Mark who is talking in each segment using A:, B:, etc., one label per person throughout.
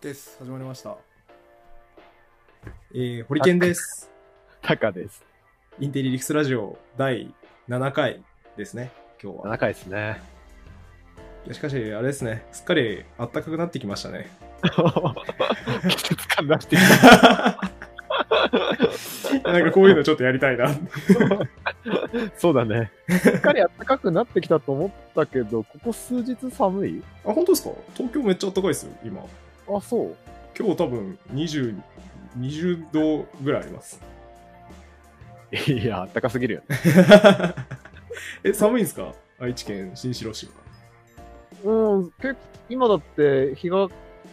A: です。始まりました。
B: えー、ホリケンです。
C: タカです。
B: インテリリクスラジオ第7回ですね、今日は。
C: 仲いいですね。
B: いやしかし、あれですね、すっかり暖かくなってきましたね。
C: 季節感出してき
B: なんかこういうのちょっとやりたいな。
C: た。 そうだね。すっかり暖かくなってきたと思ったけど、ここ数日寒い
B: あ、本当ですか東京めっちゃ暖かいですよ、今。
C: あ、そう。
B: 今日多分20、20度ぐらいあります。
C: いや、暖かすぎるよね。
B: え、寒いんですか愛知県新城市は。
C: うん、結構、今だって日が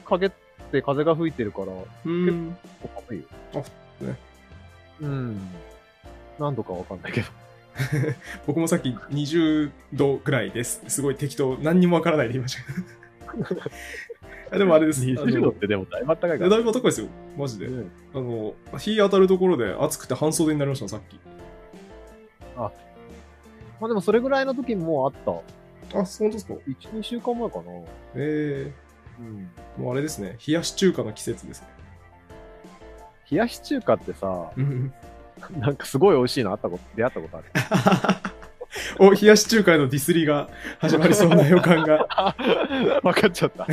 C: 陰って風が吹いてるから、
B: うん。
C: 寒いよ。
B: あね
C: うん。何度かわかんないけ ど。
B: 僕もさっき20度ぐらいです。すごい適当。何にもわからないで言いましたけど。あでもあれです。あ
C: 20
B: の
C: 度ってでもだいぶ暖かい
B: い
C: か
B: や
C: ら。
B: だいぶ暖かいですよ。マジで。
C: うん
B: あの、日当たるところで暑くて半袖になりました、さっき。
C: まあでもそれぐらいの時もうあった。
B: あ、そうですか。
C: 1、2週間前かな。
B: え
C: うん。
B: ー、もうあれですね。冷やし中華の季節ですね。
C: 冷やし中華ってさ、
B: うん。
C: なんかすごい美味しいのあったこと、出会ったことある。
B: お、冷やし中華へのディスりが始まりそうな予感が。
C: 分かっちゃった。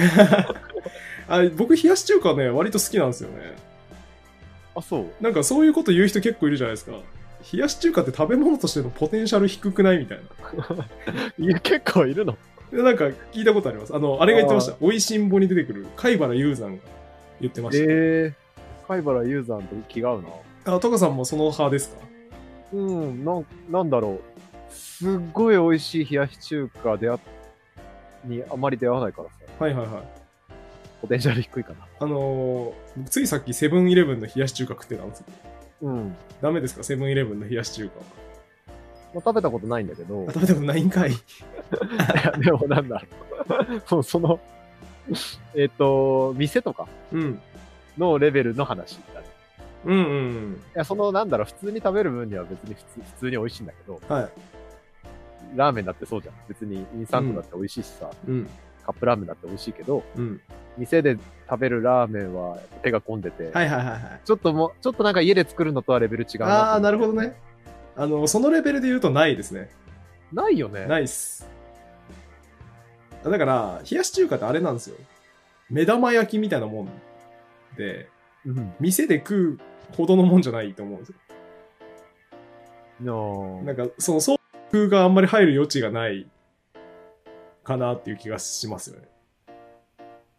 B: あ僕、冷やし中華ね、割と好きなんですよね。
C: あ、そう。
B: なんかそういうこと言う人結構いるじゃないですか。冷やし中華って食べ物としてのポテンシャル低くないみたいな。
C: いや、結構いるの。
B: でなんか聞いたことあります。あの、あれが言ってました。おいしんぼに出てくる貝原雄山が言ってました。
C: えー、貝原雄山と気が合うな。
B: あ、トカさんもその派ですか
C: うん、なん、なんだろう。すっごい美味しい冷やし中華であ、にあまり出会わないからさ、
B: はいはいはい。
C: ポテンシャル低いかな。
B: あのー、ついさっきセブンイレブンの冷やし中華食ってたんですよ。
C: うん。
B: ダメですかセブンイレブンの冷やし中華。あ
C: まあ、食べたことないんだけど、い
B: 食べたことないんかい。
C: や でもなんだろう。 そう、その、えっ、と、店とか
B: うん。
C: のレベルの話だね。
B: うんうん
C: いや、その、なんだろう、普通に食べる分には別に普通、普通に美味しいんだけど、
B: うん。はい。
C: ラーメンだってそうじゃん。別にインスタントだって美味しいしさ、
B: うん。
C: カップラーメンだって美味しいけど、
B: うん。
C: 店で食べるラーメンは手が込んでて、
B: いはいはいはい。
C: ちょっともう、ちょっとなんか家で作るのとはレベル違う
B: ああー、な
C: る
B: るほどね。あの、そのレベルで言うとないですね。
C: ないよね。
B: ないっす。だから、冷やし中華ってあれなんですよ。目玉焼きみたいなもんで、
C: うん。
B: 店で食うほどのもんじゃないと思うんですよ。
C: の
B: なんか、その、そう風があんまり入る余地がないかなっていう気がしますよね。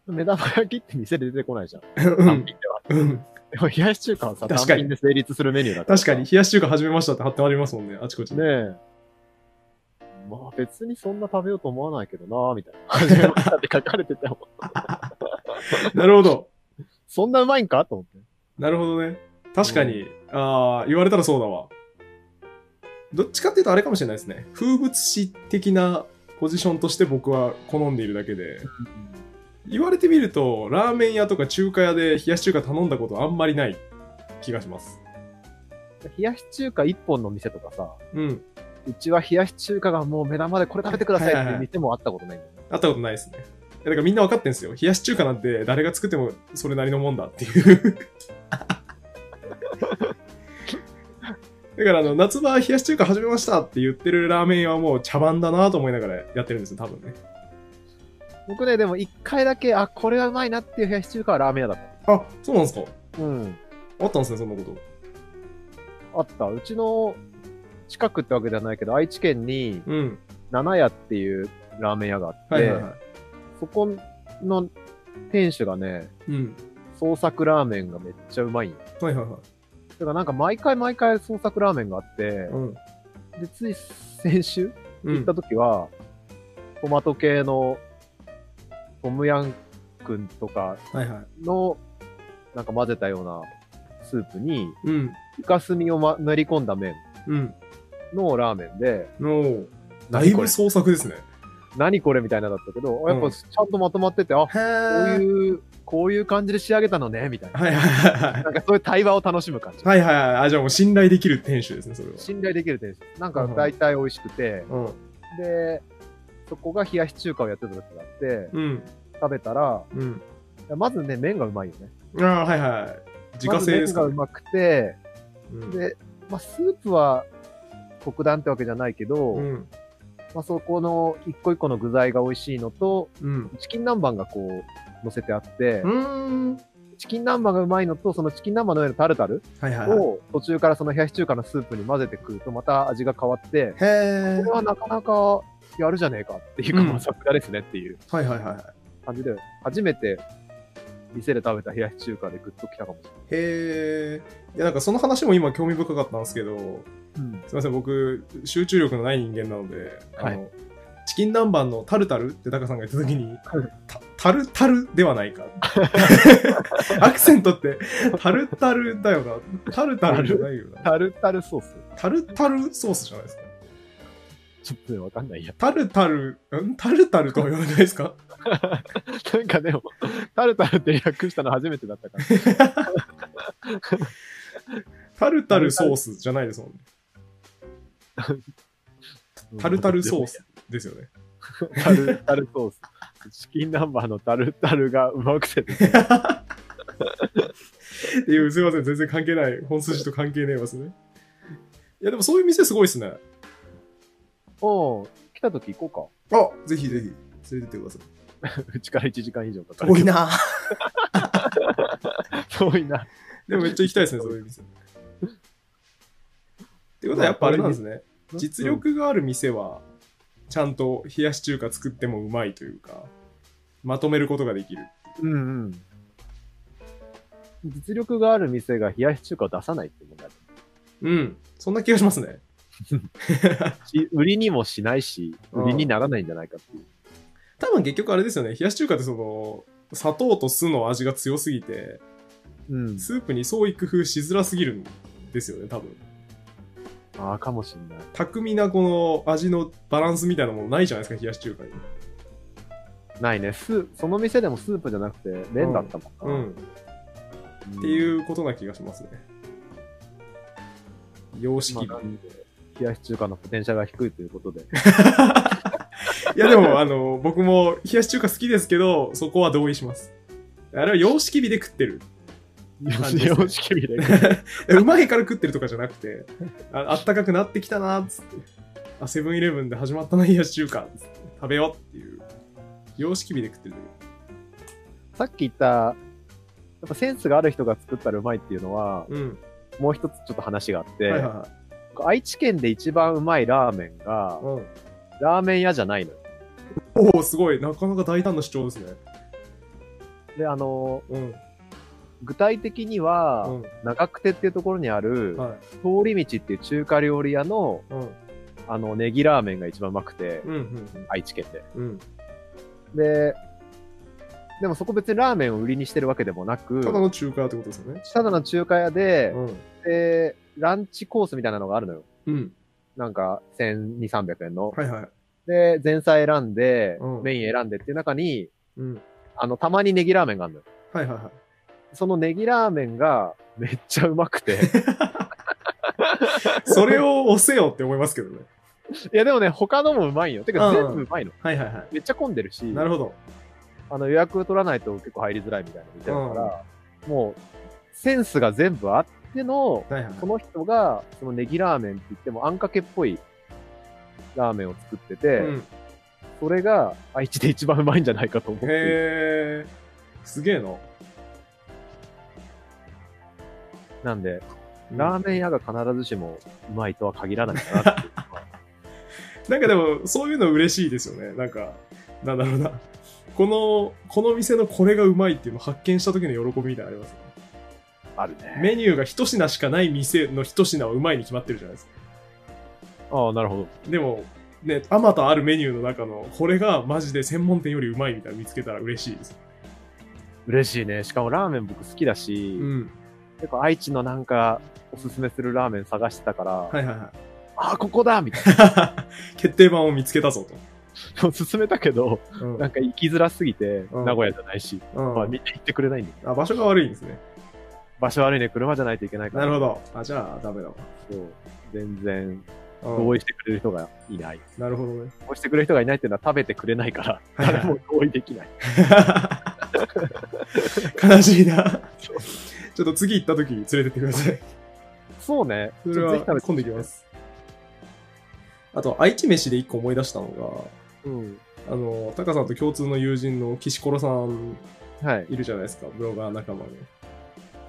C: 目玉焼きって店で出てこないじゃん。
B: う
C: 単
B: ん
C: 品では。
B: うん。
C: でも冷やし中華はさ、単
B: 確かに
C: 品で成立するメニューだから
B: 確
C: さ。
B: かに、冷やし中華始めましたって貼ってありますもんね、あちこちに。
C: ねえ。まあ別にそんな食べようと思わないけどなみたいな。 始めましたって書かれてても、
B: なるほど。
C: そんなうまいんかと思って。
B: なるほどね。確かに、ああ、言われたらそうだわ。どっちかっていうとあれかもしれないですね。風物詩的なポジションとして僕は好んでいるだけで。言われてみると、ラーメン屋とか中華屋で冷やし中華頼んだことあんまりない気がします。
C: 冷やし中華一本の店とかさ、
B: うん。
C: うちは冷やし中華がもう目玉でこれ食べてくださいっていう店もあったことないんだよね。
B: 会ったことないですね。だからみんな分かってんすよ。冷やし中華なんて誰が作ってもそれなりのもんだっていう。 だからあの、夏場冷やし中華始めましたって言ってるラーメン屋はもう茶番だなと思いながらやってるんですよ、多分ね。
C: 僕ね、でも一回だけ、あ、これはうまいなっていう冷やし中華はラーメン屋だっ
B: あ、そうなんですか
C: た。うん。
B: あったんですね、そんなこと。
C: あった。うちの近くってわけではないけど、愛知県に
B: うん。
C: 七屋っていうラーメン屋があって、
B: はいはいはい。
C: そこの店主がね、
B: うん。
C: 創作ラーメンがめっちゃうまいんよ。
B: はいはいはい。
C: だからなんか毎回毎回創作ラーメンがあって
B: う、ん。
C: で、つい先週
B: う
C: 行っ
B: ん
C: た。時は、トマト系のトムヤンくんとか
B: はいはい。
C: の、なんか混ぜたようなスープに、
B: うん。
C: イカスミを、ま、練り込んだ麺
B: うん。
C: のラーメンで、
B: の、だい
C: こ
B: ぶ
C: れ
B: 創作ですね。
C: 何これみたいなだったけど、あやっ
B: うん
C: ぱちゃんとまとまってて、あ、こ
B: へ
C: う
B: ー。
C: いう、こういう感じで仕上げたのね、みたいな。
B: はいはいはいはい。
C: なんかそういう対話を楽しむ感じ。
B: はいはいはい。あ、じゃあもう信頼できる店主ですね、それは。
C: 信頼できる店です。なんか大体美味しくて、
B: うん。
C: で、そこが冷やし中華をやってた時があって、
B: うん。
C: 食べたら、
B: うん。
C: やまずね、麺がうまいよね。
B: ああ、はいはい。自家製です
C: ま
B: か
C: ず麺がうまくて、
B: うん
C: で、まあ、スープは特段ってわけじゃないけど、
B: うん。
C: まあ、そこの一個一個の具材が美味しいのと、
B: うん。
C: チキン南蛮がこう、乗せてあって、
B: うーん。
C: チキン南蛮がうまいのと、そのチキン南蛮の上のタルタル
B: はいはいはい。
C: を途中からその冷やし中華のスープに混ぜて食うと、また味が変わって、
B: へえ
C: これ。はなかなかやるじゃねえかっていうか、
B: うん
C: まあさすがですねっていう
B: はいはいはい。
C: 感じで、初めて店で食べた冷やし中華でグッときたかもし
B: へえ。いや、なんかその話も今興味深かったんですけど、
C: れない。
B: すみません、僕、集中力のない人間なので、あ
C: はい
B: の、チキン南蛮のタルタルってタカさんが言ったときに
C: はい、
B: タタルタルではない か。アクセントって、タルタルだよな。タルタルじゃないよな。
C: タルタルソース
B: タルタルソースじゃないですか。
C: ちょっとね、わかんないや。
B: タルタル、んタルタルとは言わないですか
C: なんかでも、タルタルって略したの初めてだったから。
B: タルタルソースじゃないですもんね。タルタルソースです よね。
C: タルタルソース。チキンナンバーのタルタルがうまくて、
B: っていう、すいません、全然関係ない。本筋と関係ねえますね。いや、でもそういう店すごいですね。
C: おう来た時行こ
B: あぜひぜひ、連れてってください。
C: うか。うちから1時間以上かかる。
B: 遠い。な
C: 遠いな。
B: でもめっちゃ行きたい ですね、そういう店。ってことはやっぱあれなんですね。実力がある店は、ちゃんと冷やし中華作ってもうまいというか、まとめることができる。
C: うんうん。実力がある店が冷やし中華を出さないって問題だ
B: うん。そんな気がしますね。
C: し売りにもしないし、
B: うん
C: 売りにならないんじゃないかっていう。
B: 多分結局あれですよね。冷やし中華ってその、砂糖と酢の味が強すぎて、
C: うん。
B: スープに創意工夫しづらすぎるんですよね、多分。
C: ああ、かもしんない。
B: 巧みなこの味のバランスみたいなものないじゃないですか、冷やし中華に。
C: ないね。スーその店でもスープじゃなくて、麺だったもんな。
B: うん。
C: ん
B: っていうことな気がしますね。様式美。
C: まあなんで冷やし中華のポテンシャルが低いということで。
B: いやでも、あの、僕も冷やし中華好きですけど、そこは同意します。あれは様式美で食ってる。感じですね
C: 様式美で。
B: うまいから食ってるとかじゃなくて、ああったかくなってきたな、つって。あ、セブンイレブンで始まったな、冷やし中華、つって。食べようっていう。様式美で食ってる。
C: さっき言った、やっぱセンスがある人が作ったらうまいっていうのは、
B: うん。
C: もう一つちょっと話があっ
B: は
C: て、
B: いはいはい。
C: 愛知県で一番うまいラーメンが、
B: うん、
C: ラーメン屋じゃないのよ。
B: おお、すごい。なかなか大胆な主張ですね。
C: で、あの、
B: うん。
C: 具体的には、
B: うん。
C: 長久手っていうところにある、
B: はい。
C: 通り道っていう中華料理屋の、
B: うん。
C: あの、ネギラーメンが一番うまくて、
B: うん。
C: 愛知県で。
B: うん。
C: で、でもそこ別にラーメンを売りにしてるわけでもなく、
B: ただの中華ってことですよね。
C: ただの中華屋で、
B: うん。
C: で、ランチコースみたいなのがあるのよ。
B: うん。
C: なんか、1200、300円の。
B: はいはい。
C: で、前菜選んで、
B: うん
C: メイン選んでっていう中に、
B: うん。
C: あの、たまにネギラーメンがあるのよ。
B: はいはいはい。
C: そのネギラーメンがめっちゃうまく て。
B: それを押せよって思いますけどね。
C: いや、でもね、他のもうまいよ。てか、
B: うん
C: 全部うまいの。
B: はいはいは
C: めっちゃ混んでるし、
B: い。なるほど。
C: あの予約取らないと結構入りづらいみたいなみたいだから、もう、センスが全部あっての、
B: はいはいはい
C: こ。の人が、そのネギラーメンって言っても、あんかけっぽいラーメンを作ってて、
B: うん、
C: それが愛知で一番うまいんじゃないかと思って。
B: へえ。すげえな。
C: なんで、ラーメン屋が必ずしもうまいとは限らないかなっていうのは
B: なんかでも、そういうの嬉しいですよね。なんか、なんだろうな。この、この店のこれがうまいっていうのを発見した時の喜びみたいなのあります、ね、
C: あるね。
B: メニューが一品しかない店の一品はうまいに決まってるじゃないですか。
C: ああ、なるほど。
B: でも、ね、あまたあるメニューの中の、これがマジで専門店よりうまいみたいなの見つけたら嬉しいです。
C: 嬉しいね。しかもラーメン僕好きだ
B: う
C: し、
B: ん。
C: 結構愛知のなんかおすすめするラーメン探してたから、
B: はいはいは
C: ああ、ここだみたい
B: い。 決定版を見つけたぞ
C: な。 勧めたけど、
B: と。うん
C: なんか行きづらすぎて、
B: うん
C: 名古屋じゃないし、
B: うん
C: まあみんな行ってくれないんだけど、
B: あ場所が悪いんですね。
C: 場所悪いね、車じゃないといけないか
B: な
C: ら。
B: るほど。あ、じゃあ、ダメだわ。
C: そう。全然、
B: うん
C: 同意してくれる人がいない。
B: なるほどね。
C: 同意してくれる人がいないっていうのは食べてくれないから、
B: はいはい
C: 誰も同意できない。
B: 悲しいな。ちょっと次行った時に連れてってください。
C: そうね。
B: それ
C: ちょ
B: は
C: っとぜひ食べて
B: 今度行きます。あと、愛知飯で一個思い出したの
C: う
B: が、
C: ん。
B: あの、タカさんと共通の友人の岸ころさん
C: はい。
B: いるじゃないですか、ブロガー仲間に。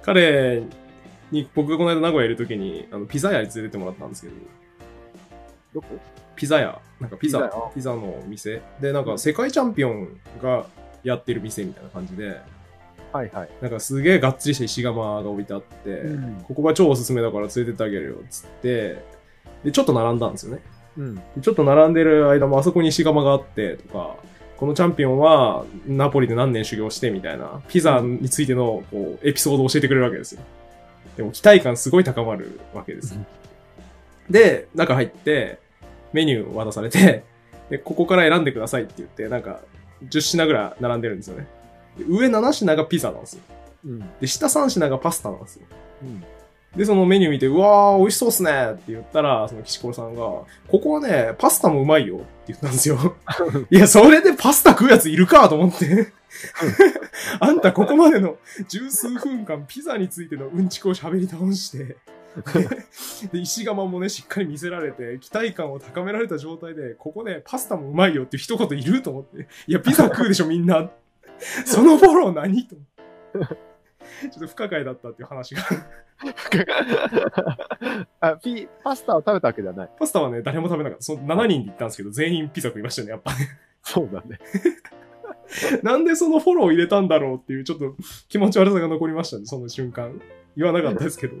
B: 彼に、僕がこの間名古屋いる時に、あの、ピザ屋に連れてってもらったんですけど、
C: どこ
B: ピザ屋、なんかピザ、
C: ピ
B: ピ
C: ザ屋
B: ザの店で、なんか世界チャンピオンがやってる店みたいな感じで、
C: はいはい。
B: なんかすげえがっつりした石窯が置いてあって、
C: うん
B: ここが超おすすめだから連れてってあげるよ、っつって、で、ちょっと並んだんですよね。
C: うん。
B: ちょっと並んでる間もあそこに石窯があってとか、このチャンピオンはナポリで何年修行してみたいな、ピザについてのこうエピソードを教えてくれるわけですよ。でも期待感すごい高まるわけです
C: うん。
B: で、中入って、メニュー渡されて、で、ここから選んでくださいって言って、なんか、10品ぐらい並んでるんですよね。で上7品がピザなんですよ。
C: うん。
B: で、下3品がパスタなんですよ。
C: うん。
B: で、そのメニュー見て、うわー、美味しそうっすねって言ったら、その岸子さんが、ここはね、パスタもうまいよって言ったんですよ。いや、それでパスタ食うやついるかと思って。あんたここまでの十数分間ピザについてのうんちくを喋り倒して、で、石窯もね、しっかり見せられて、期待感を高められた状態で、ここね、パスタもうまいよって一言いると思って、いや、ピザ食うでしょ、みんな。そのフォロー何と思って。ちょっと不可解だったっていう話が。
C: あ、ピ、パスタを食べたわけじゃない。
B: パスタはね、誰も食べなかった。その7人で行ったんですけど、全員ピザ食いましたね、やっぱね。
C: そうだね。
B: なんでそのフォローを入れたんだろうっていう、ちょっと気持ち悪さが残りましたね、その瞬間。言わなかったですけど。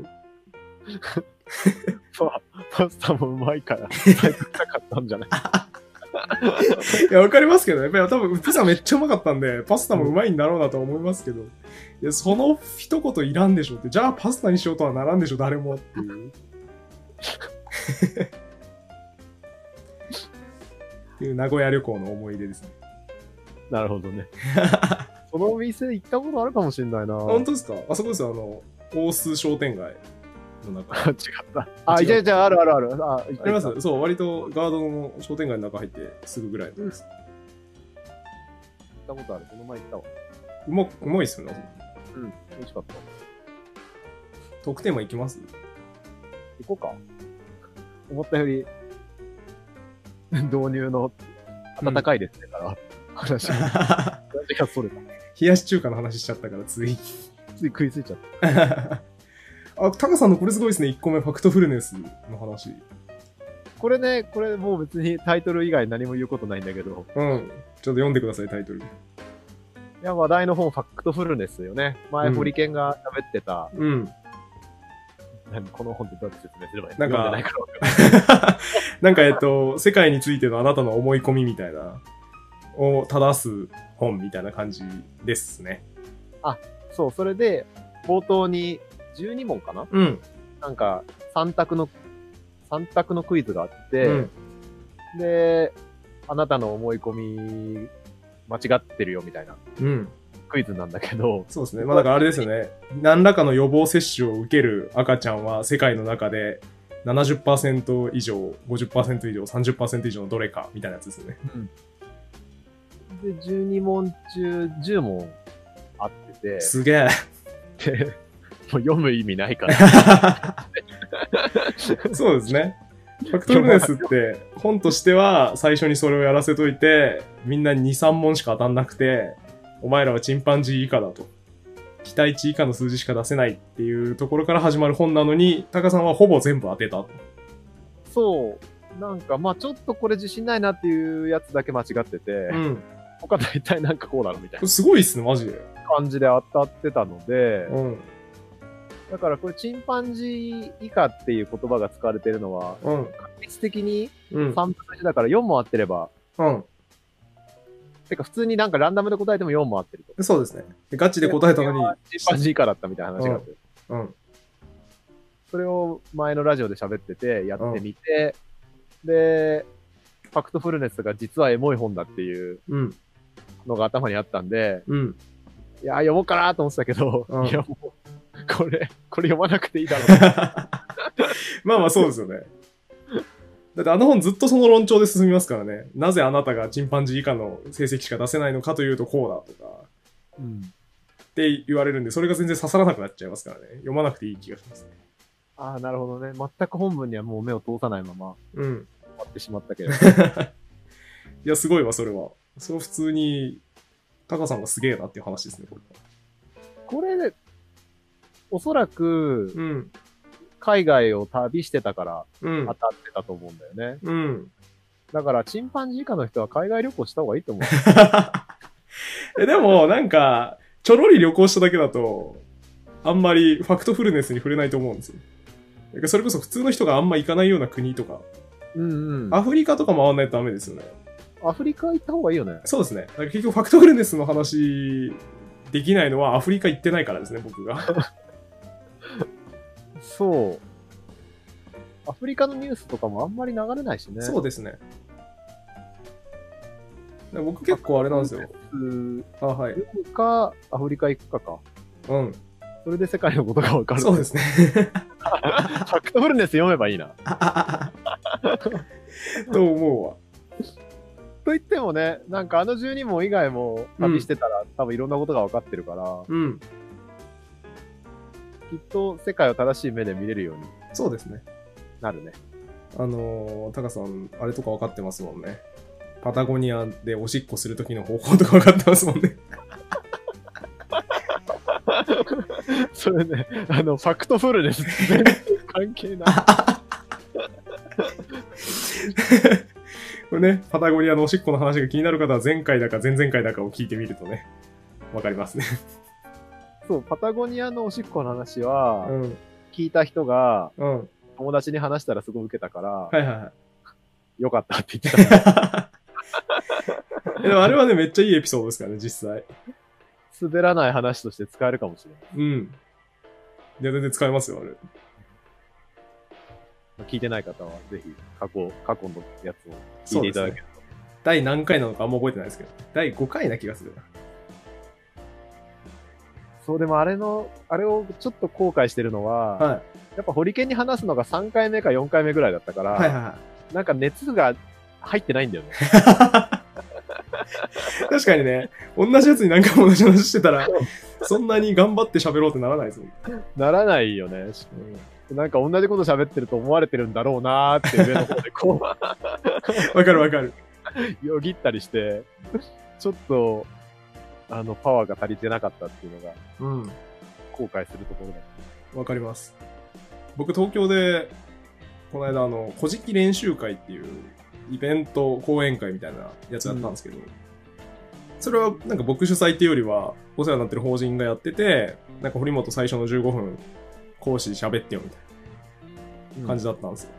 C: パスタもうま いから、食べたかったんじゃない
B: いや、わかりますけどね。やっぱり多分、ピザめっちゃうまかったんで、パスタもうまいんだろうなとは思いますけど、いや、その一言いらんでしょって、じゃあパスタにしようとはならんでしょ、誰もっていう。っていう名古屋旅行の思い出ですね。
C: なるほど ね。そのお店行ったことあるかもしれないな。
B: 本当ですかあそこですよ、あの、大須商店街の中。
C: あ違った。あ、いやいや、あるあるある。あ、行った
B: ありますそう、割とガードの商店街の中入ってすぐぐらいのです。
C: 行ったことある。この前行ったわ。
B: うま、うまいっすよね。
C: うん。美味しかった。
B: 特典も行きます
C: 行こうか。思ったより、導入の暖かいですね、から。話が、話がそれた。
B: 冷やし中華の話しちゃったから、つい。
C: つい食いついちゃった。
B: あ、タカさんのこれすごいですね。1個目、ファクトフルネスの話。
C: これね、これもう別にタイトル以外何も言うことないんだけど、
B: うん。ちょっと読んでください、タイトル。
C: いや、話題の本、ファクトフルネスよね。前、
B: うん
C: ホリケンが喋ってた、
B: うん。
C: 何この本ってどうやって説明すればいい
B: なんか
C: 読んでないから分かん
B: なんか、えっと、世界についてのあなたの思い込みみたいな、を正す本みたいな感じですね。
C: ないそう、それで、冒頭に12問かな
B: うん。
C: なんか、3択の、3択のクイズがあって、
B: うん。
C: で、あなたの思い込み、間違ってるよみたいな
B: うん。
C: クイズなんだけど、
B: そうですね。まあだからあれですよね。何らかの予防接種を受ける赤ちゃんは世界の中で70%以上、50%以上、30%以上のどれかみたいなやつですよね。
C: で、12問中10問あって
B: すげ え。
C: て、 で、もう読む意味な いから、
B: そうですね。ファクトフルネスって本としては最初にそれをやらせといて、みんな2、3問しか当たんなくて、お前らはチンパンジー以下だと。期待値以下の数字しか出せないっていうところから始まる本なのに、タカさんはほぼ全部当てたと。
C: そう、なんか、まあちょっとこれ自信ないなっていうやつだけ間違ってて、
B: うん。
C: 他大体なんかこうだろみたいな
B: すごいっすね、マジで。
C: 感じで当たってたので、
B: うん。
C: だからこれチンパンジー以下っていう言葉が使われてるのは、
B: うん。
C: 確率的に
B: うん。
C: 3分の1だから4問合ってれば、
B: うん。
C: てか普通になんかランダムで答えても4問合ってると。
B: そうですね。ガチで答えたのに。
C: チンパンジー以下だったみたいな話があって、
B: うん。
C: それを前のラジオで喋ってて、やってみて、で、ファクトフルネスが実はエモい本だっていう
B: うん。
C: のが頭にあったんで、
B: うん。
C: いや、読もうかなと思ってたけど、
B: うん
C: いや、もう、これ、これ読まなくていいだろう。
B: まあまあそうですよね。だってあの本ずっとその論調で進みますからね。なぜあなたがチンパンジー以下の成績しか出せないのかというとこうだとか。
C: うん
B: って言われるんで、それが全然刺さらなくなっちゃいますからね。読まなくていい気がしますね。
C: ああ、なるほどね。全く本文にはもう目を通さないまま
B: うん。
C: 終わってしまったけ ど。
B: いや、すごいわ、それは。それは普通に、タカさんがすげえなっていう話ですね、これは。
C: これね、おそらく、
B: うん。
C: 海外を旅してたから
B: うん
C: 当。たってたと思うんだよね。
B: うん。
C: だから、チンパンジー以下の人は海外旅行した方がいいと思う。
B: えでも、なんか、ちょろり旅行しただけだと、あんまりファクトフルネスに触れないと思うんですよ。だからそれこそ普通の人があんま行かないような国とか、
C: うんうん。
B: アフリカとか回んないとダメですよね。
C: アフリカ行った方がいいよね。
B: そうですね。だから結局ファクトフルネスの話できないのはアフリカ行ってないからですね、僕が。
C: そう。アフリカのニュースとかもあんまり流れないし ね。
B: そうですね。だから僕結構あれなんですよ。
C: うん。
B: あ、はい。
C: 読むか、アフリカ行くかか。
B: うん。
C: それで世界のことがわかる。
B: そうですね。
C: ファクトフルネス読めばいいな。
B: と思うわ。
C: と言ってもね、なんかあの12問以外も旅してたら、多分いろんなことが分かってるから、
B: うん。
C: きっと世界を正しい目で見れるように
B: そうですね。
C: なるね。
B: あのー、タカさん、あれとか分かってますもんね。パタゴニアでおしっこするときの方法とか分かってますもんね。
C: それね、あの、ファクトフルネス全然関係ない。
B: これね、パタゴニアのおしっこの話が気になる方は前回だか前々回だかを聞いてみるとね、分かりますね。
C: そう、パタゴニアのおしっこの話
B: う
C: は、
B: ん。
C: 聞いた人が
B: うん。
C: 友達に話したらすごい受けたから、
B: はい はいはい。
C: よかったって言 ってた。
B: でもあれはね、めっちゃいいエピソードですからね、実際。
C: 滑らない話として使えるかもしれない
B: うん。いや、全然使えますよ、あれ。。
C: 聞いてない方は、ぜひ、過去、過去のやつを聞
B: そ
C: いうて
B: です
C: いただ
B: ね
C: ける。
B: 第何回なのかあんま覚えてないですけど。第5回な気がするな。
C: そう、でもあれの、あれをちょっと後悔してるのは、
B: はい。
C: やっぱホリケンに話すのが3回目か4回目ぐらいだったから、
B: はいはいは
C: なんか熱が入ってないんだよ ね。
B: い。確かにね、同じやつに何回も同じ話してたら、そんなに頑張って喋ろうってなら ないですもん。
C: ならないよね。しなんか同じこと喋ってると思われてるんだろうなーって上の方でこ
B: わかるわかる。
C: う、よぎったりして、ちょっと、あの、パワーが足りてなかったっていうのが
B: うん。
C: 後悔するところだ。
B: わかります。僕、東京で、この間、あの、古事記練習会っていうイベント、講演会みたいなやつやったんですけど、それはなんか僕主催っていうよりは、お世話になってる法人がやってて、なんか堀本最初の15分、講師喋ってよみたいな感じだったんですよ。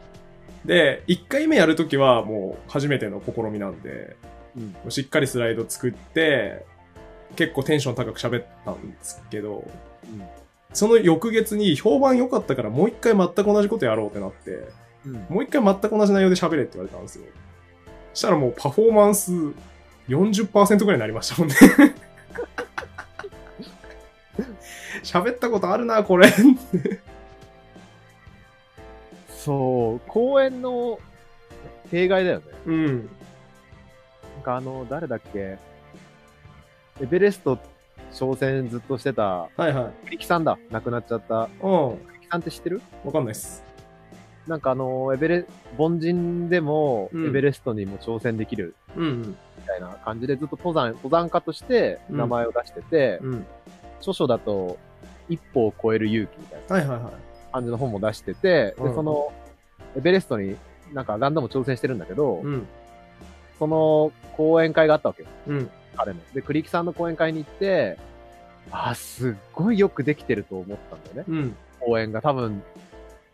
B: で、1回目やるときはもう初めての試みなんで、
C: うん。
B: しっかりスライド作って、結構テンション高く喋ったんですけど、その翌月に評判良かったからもう一回全く同じことやろうってなって、
C: うん。うん。
B: もう一回全く同じ内容で喋れって言われたんですよ。したらもうパフォーマンス40%ぐらいになりましたもんね。 喋ったことあるな、これ。
C: そう、公演の弊害だよね。
B: うん。
C: なんかあの、誰だっけエベレスト挑戦ずっとしてた、
B: はいはい。
C: 栗木さんだ。亡くなっちゃった。
B: うん。
C: 栗木さんって知ってる
B: わかんないっす。
C: なんかあの、エベレ、凡人でも、
B: うん
C: エベレストにも挑戦できる
B: うん
C: みたいな感じで、ずっと登山、登山家として
B: うん
C: 名前を出してて、
B: うん。うん。
C: 著書だと、一歩を超える勇気みたいな
B: はいはいはい。
C: 感じの本も出してて、
B: うん
C: で、その、エベレストになんかランダム挑戦してるんだけど、
B: うん。
C: その講演会があったわけよ、
B: うん。
C: 彼の。で、栗木さんの講演会に行って、あー、すっごいよくできてると思ったんだよ
B: う
C: ね。
B: ん。
C: 講演が多分、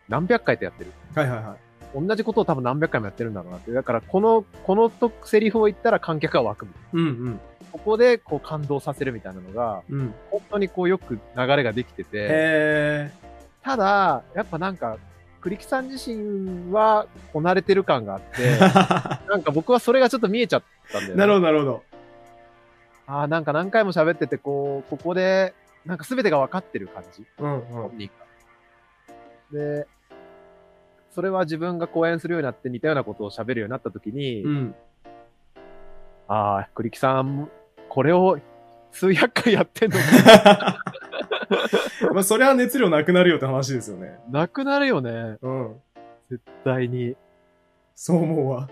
C: 何百回とやってる。
B: はいはいはい。
C: 同じことを多分何百回もやってるんだろうなって。だから、この、このとセリフを言ったら観客が湧くみたいな。
B: うんうん。
C: ここで、こう感動させるみたいなのが、
B: うん。
C: 本当にこうよく流れができてて、
B: へ
C: ただ、やっぱなんか、栗木さん自身はこなれてる感が あって、
B: ー。
C: なんか僕はそれがちょっと見えちゃったんだよね。
B: なるほどなるほど。
C: ああ、なんか何回も喋ってて、こう、ここで、なんか全てが分かってる感じ。
B: うんうん。
C: で、それは自分が講演するようになって似たようなことを喋るようになった時に、
B: うん。
C: ああ、栗木さん、これを数百回やってんの
B: まあ、そりゃ熱量なくなるよって話ですよね。
C: なくなるよね。
B: うん。
C: 絶対に。
B: そう思うわ。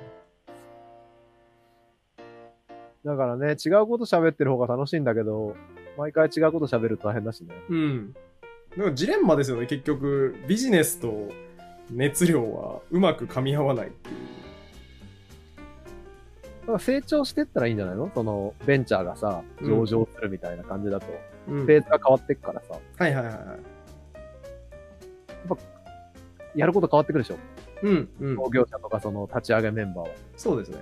C: だからね、違うこと喋ってる方が楽しいんだけど、毎回違うこと喋ると大変だしね。
B: うん。だからジレンマですよね、結局。ビジネスと熱量はうまく噛み合わないっていう。
C: だから成長してったらいいんじゃないのその、ベンチャーがさ、
B: うん
C: 上場するみたいな感じだと。
B: うん、
C: フェーズが変わってくからさ、
B: はいはいはいはい。
C: やること変わってくるでしょ。
B: うん、うん。
C: 創業者とかその立ち上げメンバーは。
B: そうですね。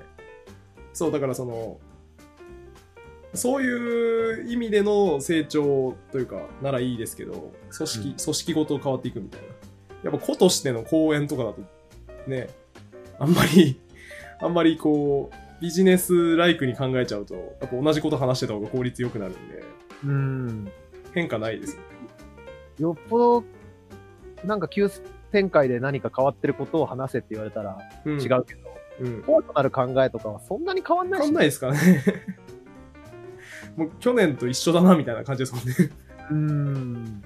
B: そう、だからその、そういう意味での成長というか、ならいいですけど、組織、
C: うん
B: 組織ごと変わっていくみたいな。やっぱ個としての講演とかだと、ね、あんまり、 あんまりこう、ビジネスライクに考えちゃうと、やっぱ同じこと話してた方が効率良くなるんで、
C: うん。
B: 変化ないですよ。
C: よっぽど、なんか急展開で何か変わってることを話せって言われたら
B: うん、
C: 違。うけど、
B: うん。
C: こうとなる考えとかはそんなに変わんな
B: 変
C: い
B: わ
C: し
B: んないですかね。 もう去年と一緒だな、みたいな感じですもんね。
C: うん。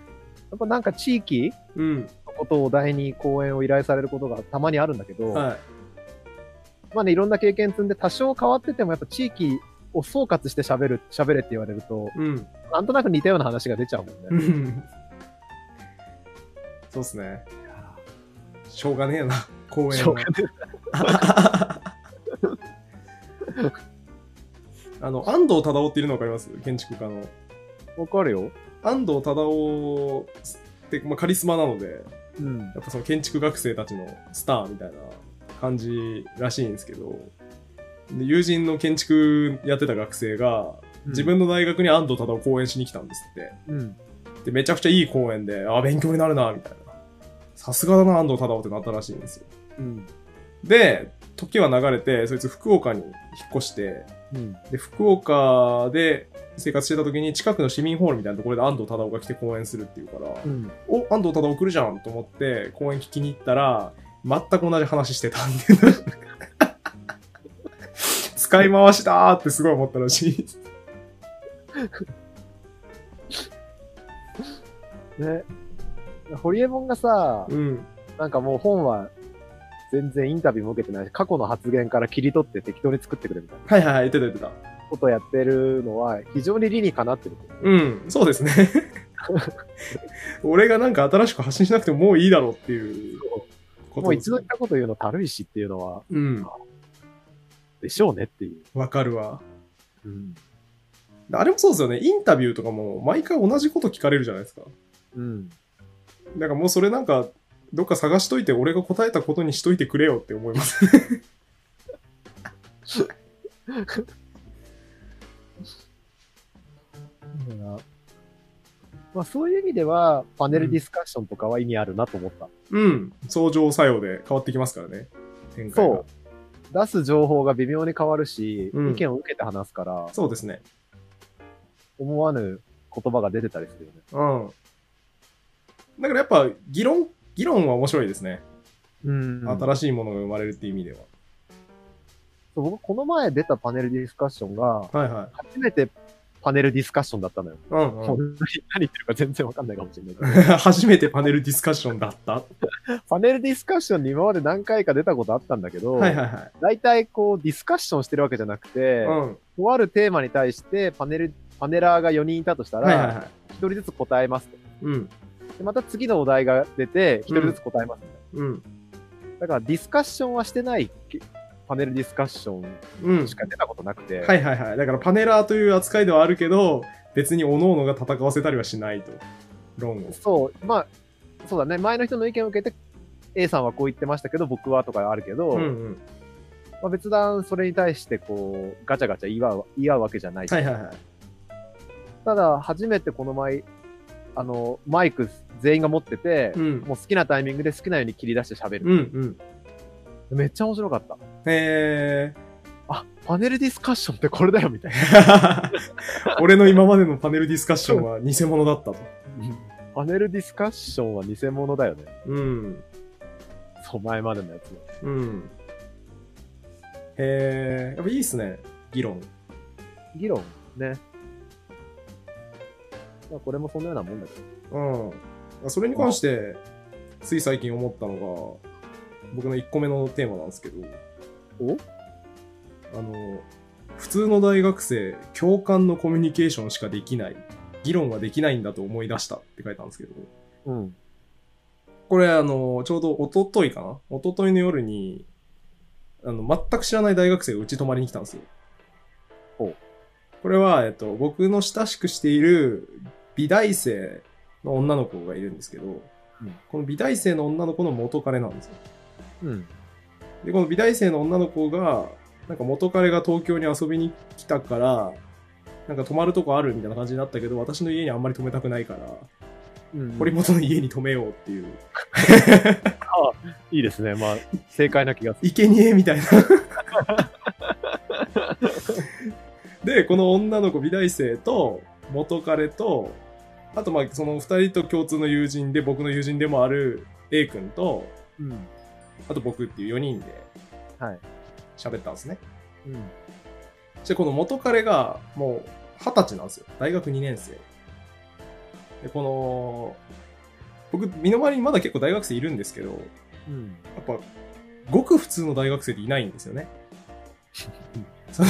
C: やっぱなんか地域
B: うん。
C: のことを題に講演を依頼されることがたまにあるんだけど、
B: はい。
C: まあね、いろんな経験積んで多少変わっててもやっぱ地域を総括して喋る、喋れって言われると、
B: うん。
C: なんとなく似たような話が出ちゃうもんね。
B: うんそうっすね。しょうがねえな、公園
C: しょう
B: は
C: が。ない
B: あの、安藤忠夫っているの分かります建築家の。
C: わかるよ。
B: 安藤忠夫って、まあ、カリスマなので、
C: うん。
B: やっぱその建築学生たちのスターみたいな感じらしいんですけど、で友人の建築やってた学生が、自分の大学に安藤忠夫講演しに来たんですって。
C: うん。
B: で、めちゃくちゃいい講演で、あ、勉強になるな、みたいな。さすがだな、安藤忠夫ってなったらしいんですよ。
C: うん。
B: で、時は流れて、そいつ福岡に引っ越して、
C: うん。
B: で、福岡で生活してた時に近くの市民ホールみたいなところで安藤忠夫が来て講演するっていうから、
C: うん。
B: お、安藤忠夫来るじゃんと思って講演聞きに行ったら、全く同じ話してたんで、 使い回しだーってすごい思ったらしい。
C: ね。ホリエモンがさ、
B: うん。
C: なんかもう本は全然インタビューも受けてないし、過去の発言から切り取って適当に作ってくれみたい
B: はいはいはい、言ってた言ってた。
C: なことをやってるのは非常に理にかなってる。
B: うん、そうですね。 俺がなんか新しく発信しなくてももういいだろうっていうこと
C: もう一度言ったこと言うのたるいしっていうのは、
B: うん、
C: でしょうねっていう。
B: わかるわ。
C: うん。
B: あれもそうですよね。インタビューとかも毎回同じこと聞かれるじゃないですか。
C: うん。
B: だからもうそれなんか、どっか探しといて俺が答えたことにしといてくれよって思います。
C: だからまあそういう意味では、パネルディスカッションとかは意味あるなと思った。
B: うん。相乗作用で変わってきますからね。展開が。
C: そう。出す情報が微妙に変わるし、
B: うん
C: 意見を受けて話すから、
B: そうですね。
C: 思わぬ言葉が出てたりするよね。
B: うん。だからやっぱ、議論、議論は面白いですね。
C: うん
B: 新しいものが生まれるっていう意味では。
C: そう僕、この前出たパネルディスカッションが、
B: はいはい。
C: 初めてパネルディスカッションだったのよ。
B: うん、
C: 本当に何言ってるか全然わかんないかもしれないけど。
B: 初めてパネルディスカッションだった。は
C: パネルディスカッションに今まで何回か出たことあったんだけど、
B: いはいはい。
C: 大体こうディスカッションしてるわけじゃなくて、
B: うん。
C: とあるテーマに対してパネル、パネラーが4人いたとした
B: はいはいは
C: ら、
B: い。
C: 1人ずつ答えますと。
B: うん。
C: でまた次のお題が出て、1人ずつ答えますみたい
B: うん。
C: な。だからディスカッションはしてないけパネルディスカッション
B: うん
C: し。か出たことなくて、
B: はいはいはい。だからパネラーという扱いではあるけど、別に各々が戦わせたりはしないと。論を。
C: そう、まあ、そうだね、前の人の意見を受けて、A さんはこう言ってましたけど、僕はとかあるけど、
B: うんうん。
C: まあ、別段それに対してこう、ガチャガチャ言い合う言い合うわけじゃない。
B: はいはいはい。
C: ただ、初めてこの前、あの、マイク全員が持ってて、
B: うん。
C: もう好きなタイミングで好きなように切り出して喋る。
B: うんうん。
C: めっちゃ面白かった。
B: へえ。
C: あ、パネルディスカッションってこれだよ、みたい な。
B: 俺の今までのパネルディスカッションは偽物だったと。
C: パネルディスカッションは偽物だよね。
B: うん。
C: そう、前までのやつは。
B: うん。へえ。やっぱいいっすね。議論。
C: 議論ね。まあ、これもそんなようなもんだけど。
B: うん。それに関して、つい最近思ったのが、僕の1個目のテーマなんですけど、
C: お
B: あの、普通の大学生、共感のコミュニケーションしかできない、議論はできないんだと思い出したって書いたんですけど、
C: うん。
B: これあの、ちょうど一昨日かな一昨日の夜に、あの、全く知らない大学生がうち泊まりに来たんですよ。
C: ほう
B: これは、えっと、僕の親しくしている美大生の女の子がいるんですけど、この美大生の女の子の元彼なんですよ。
C: うん。
B: で、この美大生の女の子が、なんか元彼が東京に遊びに来たから、なんか泊まるとこあるみたいな感じになったけど、私の家にあんまり泊めたくないから、
C: うん、
B: 堀本の家に泊めようっていう、
C: いいですね。まあ、正解な気がする。
B: 生贄みたいな。で、この女の子、美大生と、元彼と、あと、まあ、その二人と共通の友人で、僕の友人でもある A 君と、
C: うん。
B: あと僕っていう4人で
C: はい。
B: 喋ったんですね。
C: うん。
B: そしてこの元彼がもう二十歳なんですよ。大学2年生。で、この、僕、身の回りにまだ結構大学生いるんですけど、や
C: うん。
B: っぱ、ごく普通の大学生っていないんですよね。 その、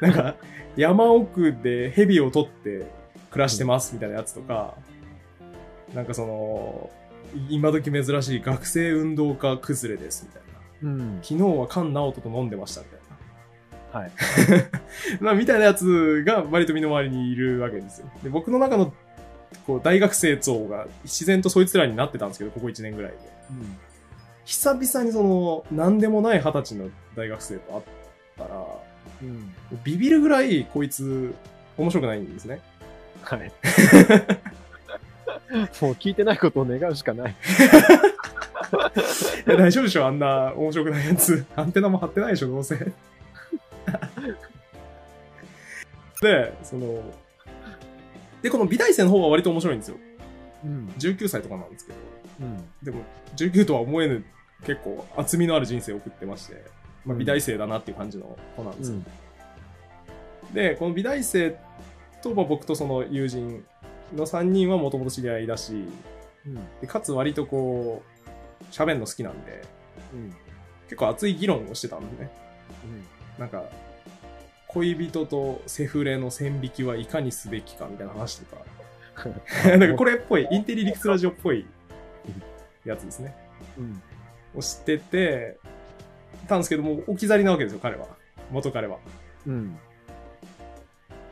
B: なんか、山奥で蛇を取って暮らしてますみたいなやつとか、なんかその、今時珍しい学生運動家崩れですみたいな。
C: うん。
B: 昨日は菅直人と飲んでましたみたいな。
C: はい。
B: まあ、みたいなやつが割と身の回りにいるわけですよ。で、僕の中の、こう、大学生像が自然とそいつらになってたんですけど、ここ1年ぐらいで。
C: うん。
B: 久々にその、なんでもない二十歳の大学生と会ったら、
C: うん。
B: ビビるぐらいこいつ、面白くないんですね。
C: はい。もう聞いてないことを願うしかない。
B: いや大丈夫でしょあんな面白くないやつ。 アンテナも張ってないでしょどうせ。 で、その、で、この美大生の方は割と面白いんですよ。
C: うん。
B: 19歳とかなんですけど。
C: うん。
B: でも、19とは思えぬ、結構厚みのある人生を送ってまして、まあ、美大生だなっていう感じの子なんですよ。で、この美大生と、まあ、僕とその友人の3人はもともと知り合いだし、
C: うん。
B: でかつ割とこう、喋るの好きなんで、
C: うん。
B: 結構熱い議論をしてたんでね。なんか、恋人とセフレの線引きはいかにすべきかみたいな話とか、なんかこれっぽい、インテリ理屈ラジオっぽいやつですね。
C: うん。
B: をしてて、たんですけども、置き去りなわけですよ、彼は。元彼は。
C: うん。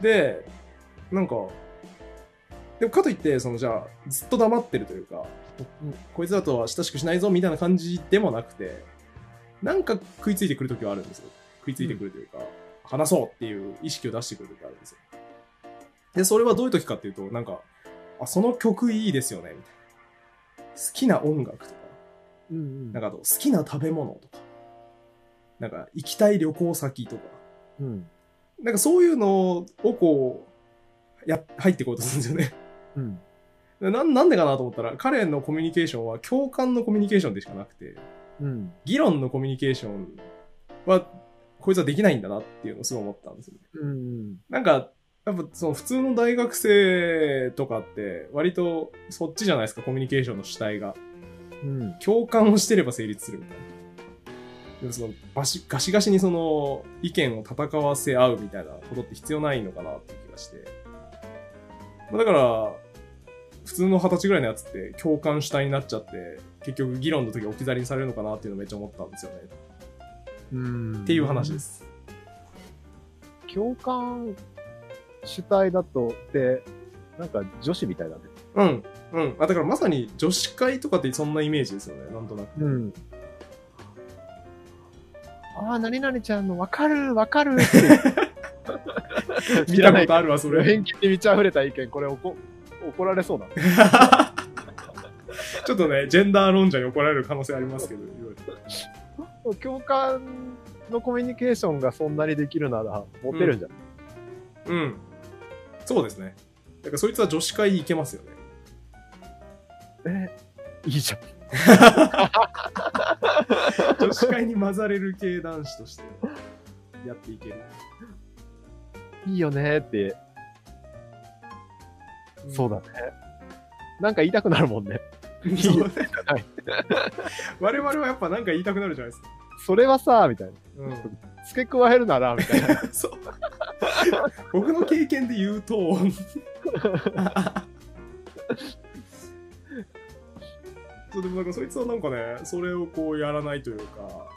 B: で、なんか、でもかといって、そのじゃあ、ずっと黙ってるというか、
C: うん
B: こいつだとは親しくしないぞ、みたいな感じでもなくて、なんか食いついてくるときはあるんですよ。食いついてくるというか、話そうっていう意識を出してくるときあるんですよ。で、それはどういうときかっていうと、なんか、あ、その曲いいですよね、みたいな。好きな音楽とか、
C: うん。
B: なんかあと好きな食べ物とか、なんか行きたい旅行先とか、
C: うん。
B: なんかそういうのをこう、や、入ってこうとするんですよ
C: うん。
B: ね。 なん、なんでかなと思ったら、彼のコミュニケーションは共感のコミュニケーションでしかなくて、
C: うん。
B: 議論のコミュニケーションは、こいつはできないんだなっていうのをすごい思ったんですよね。
C: うん。
B: なんか、やっぱその普通の大学生とかって、割とそっちじゃないですか、コミュニケーションの主体が。
C: うん。
B: 共感をしてれば成立するみたいな。でもそのバシガシガシにその意見を戦わせ合うみたいなことって必要ないのかなっていう気がして。まあ、だから、普通の二十歳ぐらいのやつって共感主体になっちゃって、結局議論の時置き去りにされるのかなっていうのをめっちゃ思ったんですよね。
C: うん。
B: っていう話で。す。
C: 共感主体だとって、なんか女子みたいだね。
B: うん。うん。あ、だからまさに女子会とかってそんなイメージですよね。なんとなく。
C: うん。ああ、何々ちゃんの、わかる、わかるって。
B: 見たことあるわ、そ
C: これ
B: れ。
C: 偏見に満ち溢れた意見、これ怒怒られそうだ。
B: ちょっとね、ジェンダー論者に怒られる可能性ありますけど、いろいろ
C: 共感のコミュニケーションがそんなにできるなら、モテるんじゃな
B: う
C: い、
B: ん。そうですね。だからそいつは女子会行けますよね。
C: え、いいじゃん。
B: 女子会に混ざれる系男子としてやっていける。
C: いいよねってそうだね。なんか言いたくなるもんね。
B: うん。
C: いい
B: そう
C: はい
B: 我々はやっぱなんか言いたくなるじゃないですか。
C: それはさ、みたいな。
B: うん。
C: 付け加えるなら、みたい な。
B: そう。僕の経験で言う と、そうでもなんかそいつはなんかね、それをこうやらないというか、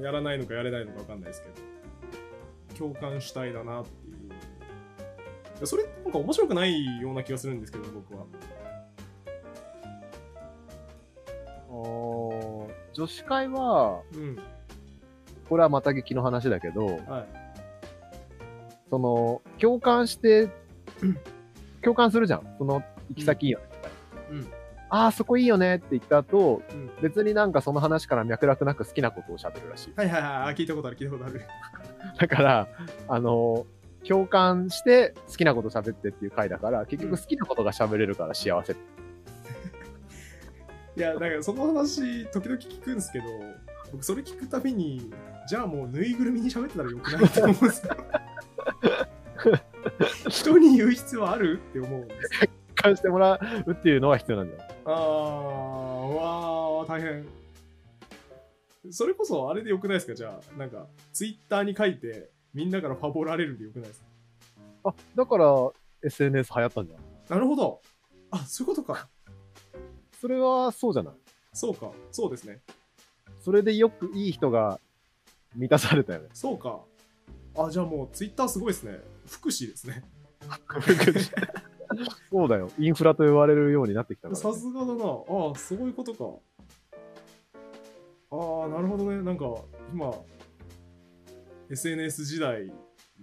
B: やらないのかやれないのかわかんないですけど、共感主体だなっていう。いやそれってなんか面白くないような気がするんですけど、僕は。
C: おー女子会は、
B: うん。
C: これはまた劇の話だけど、
B: はい。
C: その、共感して、 共感するじゃん。その、行き先いいよね。
B: うん。
C: ああ、そこいいよねって言った後、
B: うん
C: 別になんかその話から脈絡なく好きなことを喋るらしい。
B: はいはいはいあ。聞いたことある、聞いたことある。
C: だから、あのー共感して好きなこと喋ってっていう回だから、結局好きなことが喋れるから幸せ。
B: いや、だからその話、時々聞くんですけど、僕それ聞くたびに、じゃあもうぬいぐるみに喋ってたらよくないと思うんですよ。人に言う必要あるって思うんです。
C: 共感してもらうっていうのは必要なんだよ。
B: あー、わー、大変。それこそあれでよくないですかじゃあ、なんか、ツイッターに書いて、みんなからファボられるでよくないですか
C: あ、だから、SNS 流行ったんじゃん。
B: なるほど。あ、そういうことか。
C: それはそうじゃない。
B: そうか。そうですね。。
C: それでよくいい人が満たされた よね
B: そうか。あ、じゃあもうツイッターすごいですね。福祉ですね。
C: そうだよ。インフラと言われるようになってきたから、
B: さすがだな。ああ、そういうことか。ああ、なるほどね。なんか、今、SNS 時代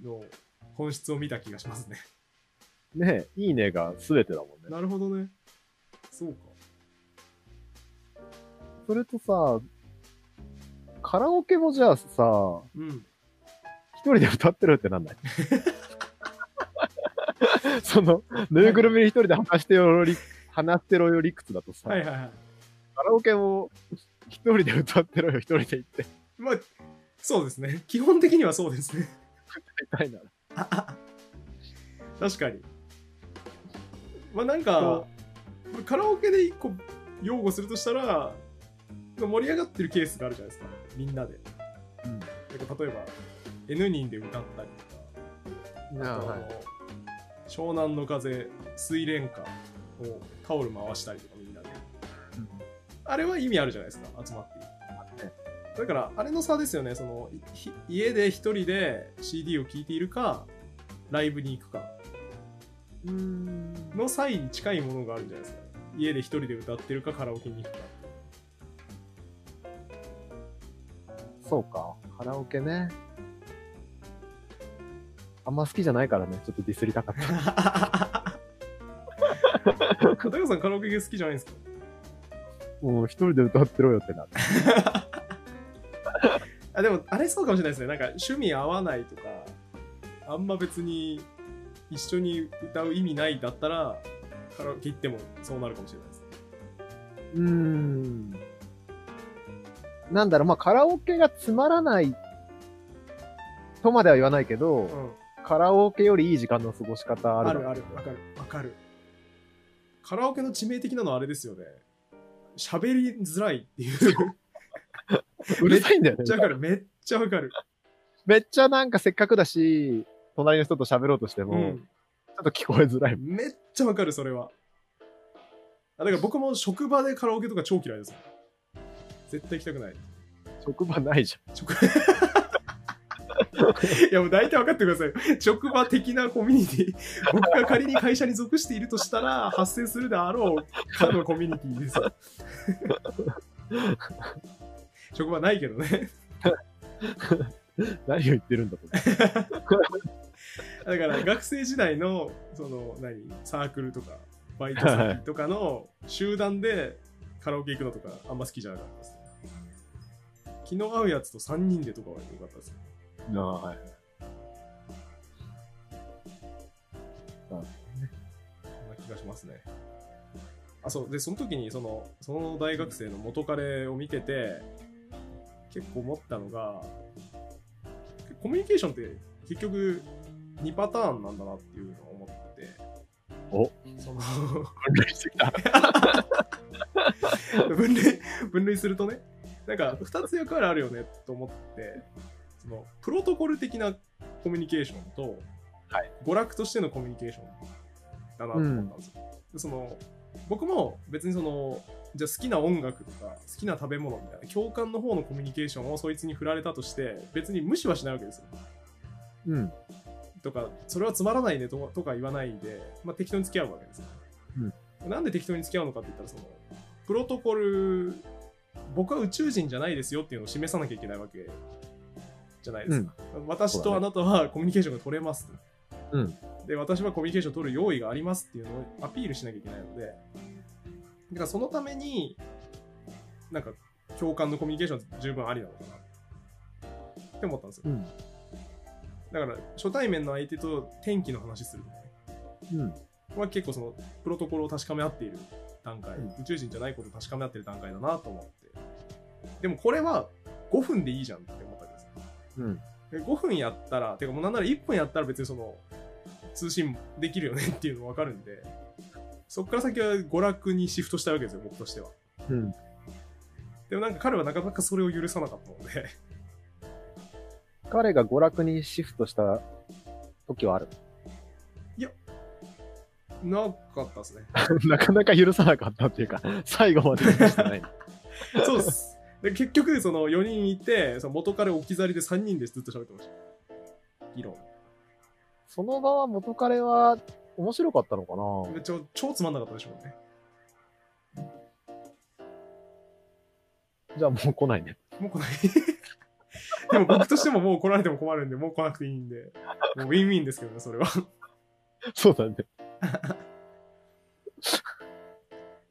B: の本質を見た気がします ね。
C: ねえいいねが全てだもんね。
B: なるほどね。そうか。
C: それとさ、カラオケもじゃあさ、
B: うん。
C: 一人で歌ってるってなんない その、ぬいぐるみに一人で話してろり、話してろよ理屈だとさ、
B: はいはいはい。
C: カラオケも一人で歌ってろよ、一人で行って、
B: まあ、そうですね。基本的にはそうですね。
C: みたいな。
B: ああ確かに。まあなんか
C: そ、
B: カラオケで一個擁護するとしたら、盛り上がってるケースがあるじゃないですか。みんなで。
C: うん
B: なんか例えば N 人で歌ったりとか、あと湘南の風水蓮花をタオル回したりとかみんなであれは意味あるじゃないですか集まって
C: るね
B: だからあれの差ですよねそのいひ家で一人で CD を聴いているかライブに行くか
C: うーん。
B: の際に近いものがあるんじゃないですか家で一人で歌ってるかカラオケに行くか
C: そうか、カラオケね。あんま好きじゃないからね、ちょっとディスりたかった。
B: 片岡さんカラオケ好きじゃないですか
C: うん、一人で歌ってろよってなって。
B: あでもあれそうかもしれないですねなんか趣味合わないとかあんま別に一緒に歌う意味ないだったらカラオケ行ってもそうなるかもしれないですね
C: うーん。なんだろう、まあ、カラオケがつまらないとまでは言わないけど、
B: うん
C: カラオケよりいい時間の過ごし方ある
B: あるあるわかるわかるカラオケの致命的なのはあれですよね喋りづらいっていう
C: うるさいんだよ
B: めっ
C: ね
B: ちゃわかるめっちゃわかる
C: めっちゃなんかせっかくだし隣の人と喋ろうとしても、
B: うん
C: ちょっと聞こえづらい
B: めっちゃわかるそれはあだから僕も職場でカラオケとか超嫌いですもん絶対行きたくない
C: 職場ないじ
B: 職 いやもう大体分かってくださいよ。職場的なコミュニティ。 僕が仮に会社に属しているとしたら、発生するであろうかのコミュニティです よ。職場ないけどね。
C: ゃん 何を言ってるんだと
B: だから学生時代の、その、何、サークルとか、バイト先とかの集団でカラオケ行くのとか、あんま好きじゃなかったです。気の合うやつと3人でとかは良かったです。
C: なあはい
B: そんな気がしますね。あ、そう。で、その時に、その、その大学生の元彼を見てて、結構思ったのが、コミュニケーションって結局2パターンなんだなっていうのを思ってて、
C: お
B: その
C: 分類してきた。
B: 分類分類するとねなんか2つ役割あるよねと思ってそのプロトコル的なコミュニケーションと、
C: はい
B: 娯楽としてのコミュニケーションだなと思ったんですよ。でその僕も別にそのじゃあ好きな音楽とか好きな食べ物みたいな共感の方のコミュニケーションをそいつに振られたとして別に無視はしないわけですよ。
C: うん。
B: とか、それはつまらないねとかとか言わないで、まあ、適当に付き合うわけですよ、なんで適当に付き合うのかって言ったら、その、プロトコル、僕は宇宙人じゃないですよっていうのを示さなきゃいけないわけじゃないですか。私とあなたはコミュニケーションが取れます。
C: うん
B: で、私はコミュニケーションを取る用意がありますっていうのをアピールしなきゃいけないので、だからそのために、なんか、共感のコミュニケーションは十分ありなのかなって思ったんですよ。
C: うん。
B: だから初対面の相手と天気の話するのね。
C: うん。
B: は結構そのプロトコルを確かめ合っている段階、
C: うん
B: 宇宙人じゃないことを確かめ合っている段階だなと思って。でもこれは5分でいいじゃんって思ったわけです
C: うん。
B: で。5分やったら、てかもうなんなら1分やったら別にその通信できるよねっていうの分かるんで、そっから先は娯楽にシフトしたわけですよ、僕としては。
C: うん。
B: でもなんか彼はなかなかそれを許さなかったので、
C: 彼が娯楽にシフトした時はある。
B: なかったですね。
C: なかなか許さなかったっていうか、最後まで許し てない。
B: そうっす。で結局、その4人いて、その元彼置き去りで3人でずっと喋ってました。議論。
C: その場は元彼は面白かったのかな
B: ちょ超つまんなかったでしょうね。
C: じゃあもう来ないね。
B: もう来ない。 でも僕としてももう来られても困るんで、もう来なくていいんで、もうウィンウィンですけどね、それは。
C: そうだね。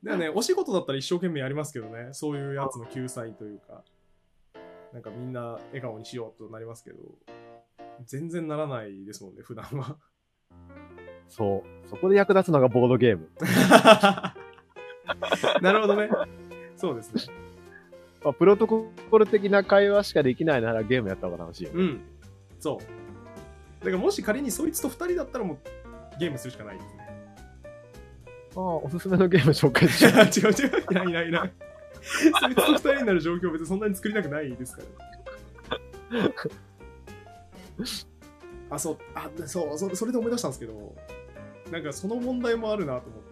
B: でもね、お仕事だったら一生懸命やりますけどね、そういうやつの救済というか、なんかみんな笑顔にしようとなりますけど、全然ならないですもんね、普段は。
C: そう。そこで役立つのがボードゲーム。
B: なるほどね。そうですね。
C: まあ、プロトコル的な会話しかできないならゲームやった方が楽しいよね。
B: うん。そう。だからもし仮にそいつと2人だったらもうゲームするしかないですね。
C: ああ、おすすめのゲーム紹介し
B: 違
C: よう。
B: う 違う、いないいないいない。そいつと2人になる状況別にそんなに作りたくないですから。あ、そう、あ、そう、そそれで思い出したんですけど、なんかその問題もあるなと思っ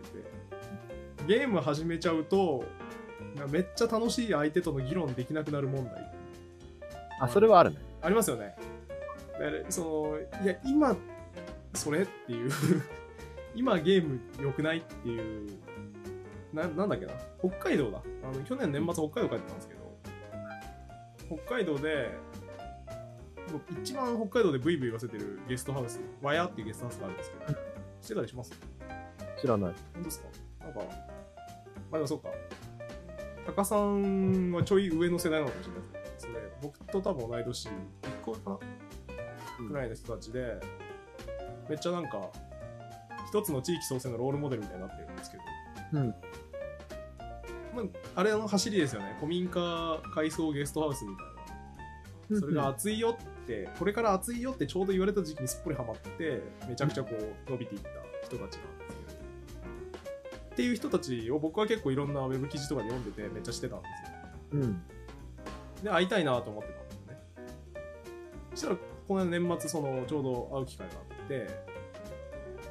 B: てて、ゲーム始めちゃうと、なんかめっちゃ楽しい相手との議論できなくなる問題。
C: あ、それはあるね。
B: ありますよね。だからそのいや、今、それっていう、 今ゲーム良くないっていう、ななんだっけな、北海道だ。あの去年年末北海道帰ってたんですけど、北海道で、もう一番北海道でブイブイ言わせてるゲストハウス、ワヤっていうゲストハウスがあるんですけど、してたりします
C: 知らない。
B: 本当ですかなんか、まあでもそうか。タカさんはちょい上の世代なのかもしれないですね。それ、僕と多分同い年、1個かなくらいの人たちで、めっちゃなんか、一つの地域創生のロールモデルみたいになってるんですけど、
C: うん。
B: まあ、あれの走りですよね。古民家改装ゲストハウスみたいな。それが暑いよって、これから暑いよってちょうど言われた時期にすっぽりハマって、めちゃくちゃこう伸びていった人たちなんですけど。っていう人たちを僕は結構いろんなウェブ記事とかで読んでてめっちゃしてたんですよ。
C: うん。
B: で、会いたいなと思ってたんですよね。そしたら、この年末、その、ちょうど会う機会があって、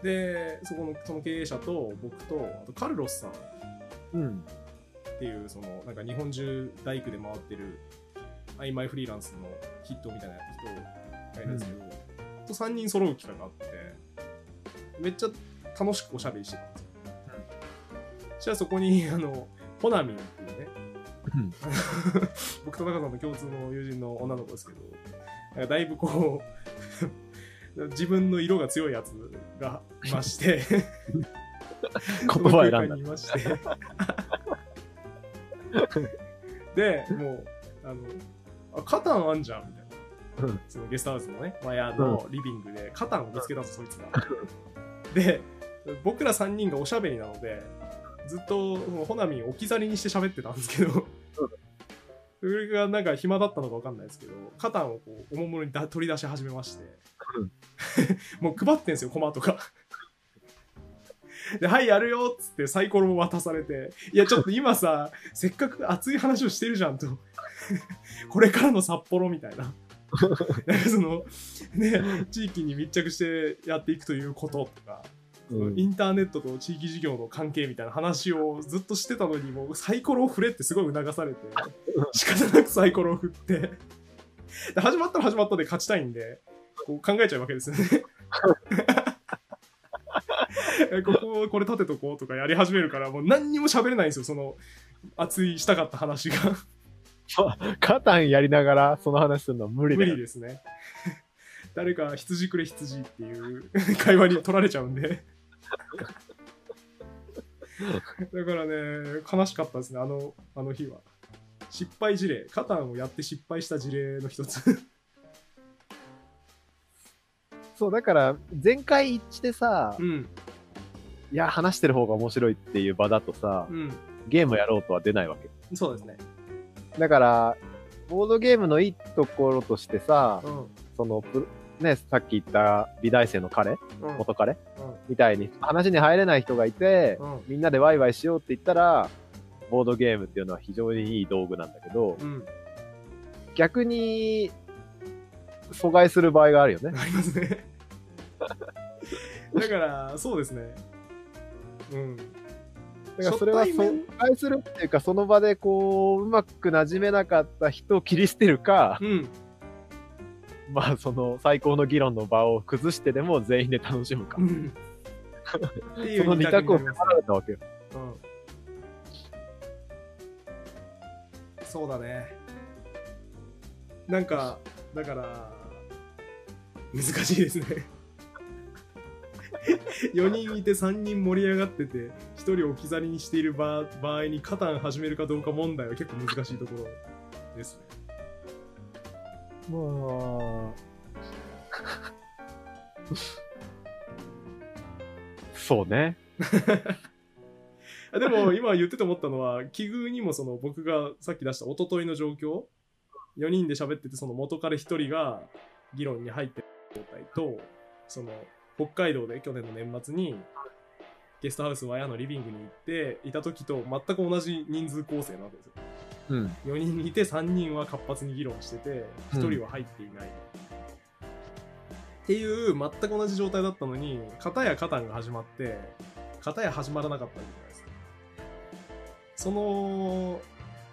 B: で、そこの、その経営者と僕と、あとカルロスさん
C: うん。
B: っていうそのなんか日本中大工で回ってる曖昧フリーランスのヒットみたいな人がいるんですけど、と3人揃う機会があってめっちゃ楽しくおしゃべりしてたんですよ、そしたらそこにあのホナミンっていうね
C: うん
B: あの 僕と高さんの共通の友人の女の子ですけどなんかだいぶこう 自分の色が強いやつがいまして
C: 言葉選んだ。。
B: にいまして。 で、もう、あの、あ、カタンあんじゃん、みたいうなんそのゲストハウスのね、マヤのリビングで、カタンを見つけたんです、そいつが。で、僕ら3人がおしゃべりなので、ずっと、もう、ホナミンを置き去りにして喋ってたんですけど、それがなんか暇だったのかわかんないですけど、カタンをこうおもむろにだ取り出し 始めまして、もう配ってんですよ、コマとか。で、はい、やるよっつってサイコロも渡されて、いや、ちょっと今さ、せっかく熱い話をしてるじゃんと、 これからの札幌みたいな。なんかその、ね、地域に密着してやっていくということとか、
C: うん
B: インターネットと地域事業の関係みたいな話をずっとしてたのにもうサイコロを振れってすごい促されて仕方なくサイコロを振ってで始まったら始まったで勝ちたいんでこう考えちゃうわけですよ ねこここれ立てとこうとかやり始めるからもう何にも喋れないんですよその熱いしたかった話が
C: カタンやりながらその話するのは無理
B: 無
C: だ
B: 理
C: よ。
B: ですね 誰か羊くれ羊っていう 会話に取られちゃうん でだからね悲しかったですねあのあの日は失敗事例カタンをやって失敗した事例の一つ
C: そう、だから、全会一致でさ、
B: うん
C: いや、話してる方が面白いっていう場だとさ、
B: うん
C: ゲームやろうとは出ないわけ。
B: そうですね
C: だから、ボードゲームのいいところとしてさ、
B: うん
C: その、プロね、さっき言った美大生の彼、
B: うん
C: 元彼、みたいに、話に入れない人がいて、
B: うん
C: みんなでワイワイしようって言ったら、ボードゲームっていうのは非常にいい道具なんだけど、
B: うん
C: 逆に、阻害する場合があるよ ね。
B: ありますねだからそうですねうん
C: だからそれは
B: 初対面
C: 阻害するっていうか、その場でこう、うまく馴染めなかった人を切り捨てるか、
B: うん
C: まあその最高の議論の場を崩してでも全員で楽しむか。
B: うんっていう
C: その二択を
B: になります
C: 迫られたわけよ。
B: うん。そうだね。なんか、だから、難しいですね。4人いて3人盛り上がってて、1人置き去りにしている場場合に、カタン始めるかどうか問題は結構難しいところですね。
C: まあ。そうね。
B: あでも今言ってて思ったのは奇遇にもその僕がさっき出した一昨日の状況4人で喋っててその元彼1人が議論に入ってる状態とその北海道で去年の年末にゲストハウス和屋のリビングに行っていた時と全く同じ人数構成なわけですよ
C: うん。
B: 4人いて3人は活発に議論してて
C: うん
B: 1人は入っていない、っていう全く同じ状態だったのに片やカタンが始まって片や始まらなかったわけじゃないですかその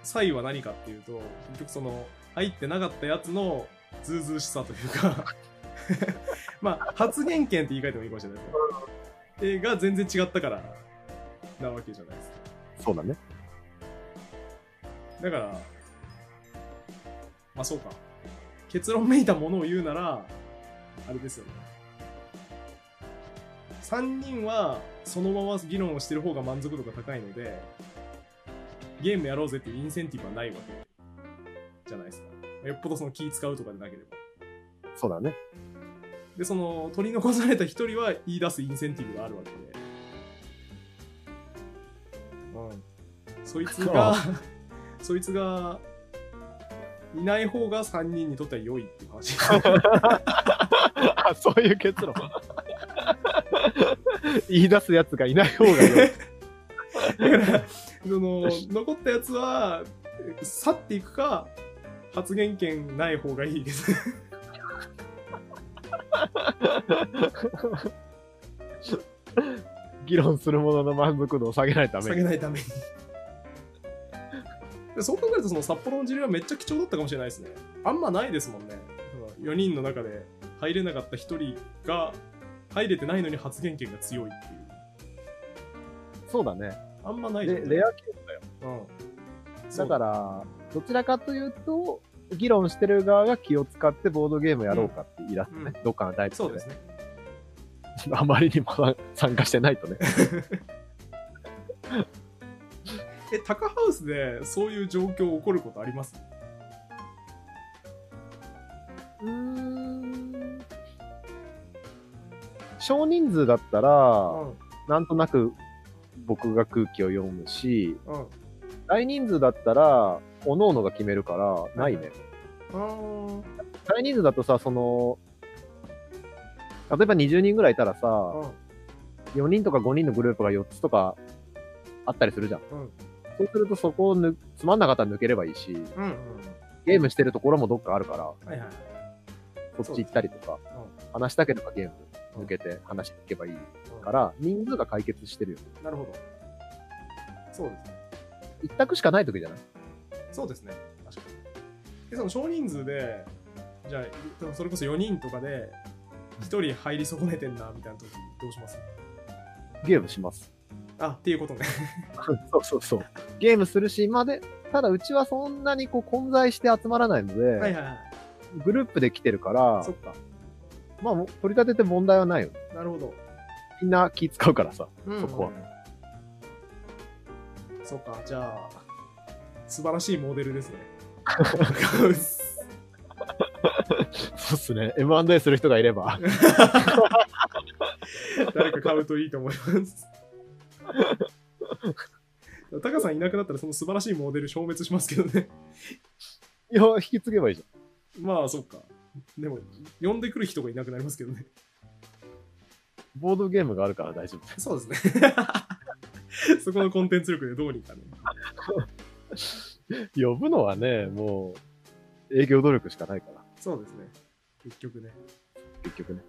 B: 際は何かっていうと結局その入ってなかったやつのズうずうしさというか まあ発言権って言い換えてもいいかもしれないですね、えーが全然違ったからなわけじゃないですか
C: そうだね。
B: だから、まあそうか。結論めいたものを言うなら、あれですよね。3人はそのまま議論をしてる方が満足度が高いので、ゲームやろうぜっていうインセンティブはないわけじゃないですか。よっぽどその気使うとかでなければ。
C: そうだね。
B: で、その取り残された一人は言い出すインセンティブがあるわけで。うん。そいつが、そいつが、いない方が3人にとっては良いっていう話。
C: あ、そういう結論。言い出すやつがいない方がよ い。
B: だから、その、残ったやつは、去っていくか、発言権ない方がいいです。
C: 議論するものの満足度を下げないた
B: 下
C: め
B: げ
C: に。
B: ないために。でそう考えると、その札幌の事例はめっちゃ貴重だったかもしれないですね。あんまないですもんね。4人の中で入れなかった1人が入れてないのに発言権が強いっていう。
C: そうだね。
B: あんまない
C: で
B: じゃん
C: レアケー
B: うん。
C: ス
B: そ
C: だ
B: う
C: から、どちらかというと、議論してる側が気を使ってボードゲームやろうかって言い出すね。どっかの大
B: そうで
C: ね
B: すね。
C: あまりにも参参加してないとね。
B: え、タカハウスでそういう状況起こることあります
C: うん。少人数だったら、
B: うん。
C: なんとなく僕が空気を読むし、
B: うん。
C: 大人数だったら、おののが決めるから、ないね。
B: うん。
C: 大人数だとさ、その、例えば20人ぐらいいたらさ、 4人とか5人のグループが4つとかあったりするじゃん。
B: うん
C: そうするとそこをぬつまんなかったら抜ければいいし、
B: うんうん
C: ゲームしてるところもどっかあるから、
B: はいはい
C: こっち行ったりとか、話だけとかゲーム抜けて話していけばいいから、人数が解決してるよ。
B: なるほどそうですね
C: 一択しかない時じゃない
B: そうですね確かにでその少人数でじゃあそれこそ4人とかで1人入り損ねてんなみたいな時どうします
C: ゲームします。
B: あっていうことね
C: そうそうそう。ゲームするし、まあで、ただうちはそんなにこう混在して集まらないので、
B: はいはいはい
C: グループで来てるから
B: そ、っか
C: まあもう取り立てて問題はないよ。
B: なるほど
C: みんな気使うからさ。
B: うん
C: そこは
B: そっかじゃあ素晴らしいモデル ですねうっす
C: そうっすね。M&A する人がいれ ば。
B: 誰か買うといいと思います タカさんいなくなったらその素晴らしいモデル消滅しますけどね
C: いや、引き継げばいいじ
B: まあそっかでも呼んでくる人がいなくなりますけどね
C: ゃん。ボードゲームがあるから大丈夫。
B: そうですね そこのコンテンツ力でどうにかね
C: 呼ぶのはね、もう、営業努力しかないから、
B: そうですね結局ね
C: 結局ね。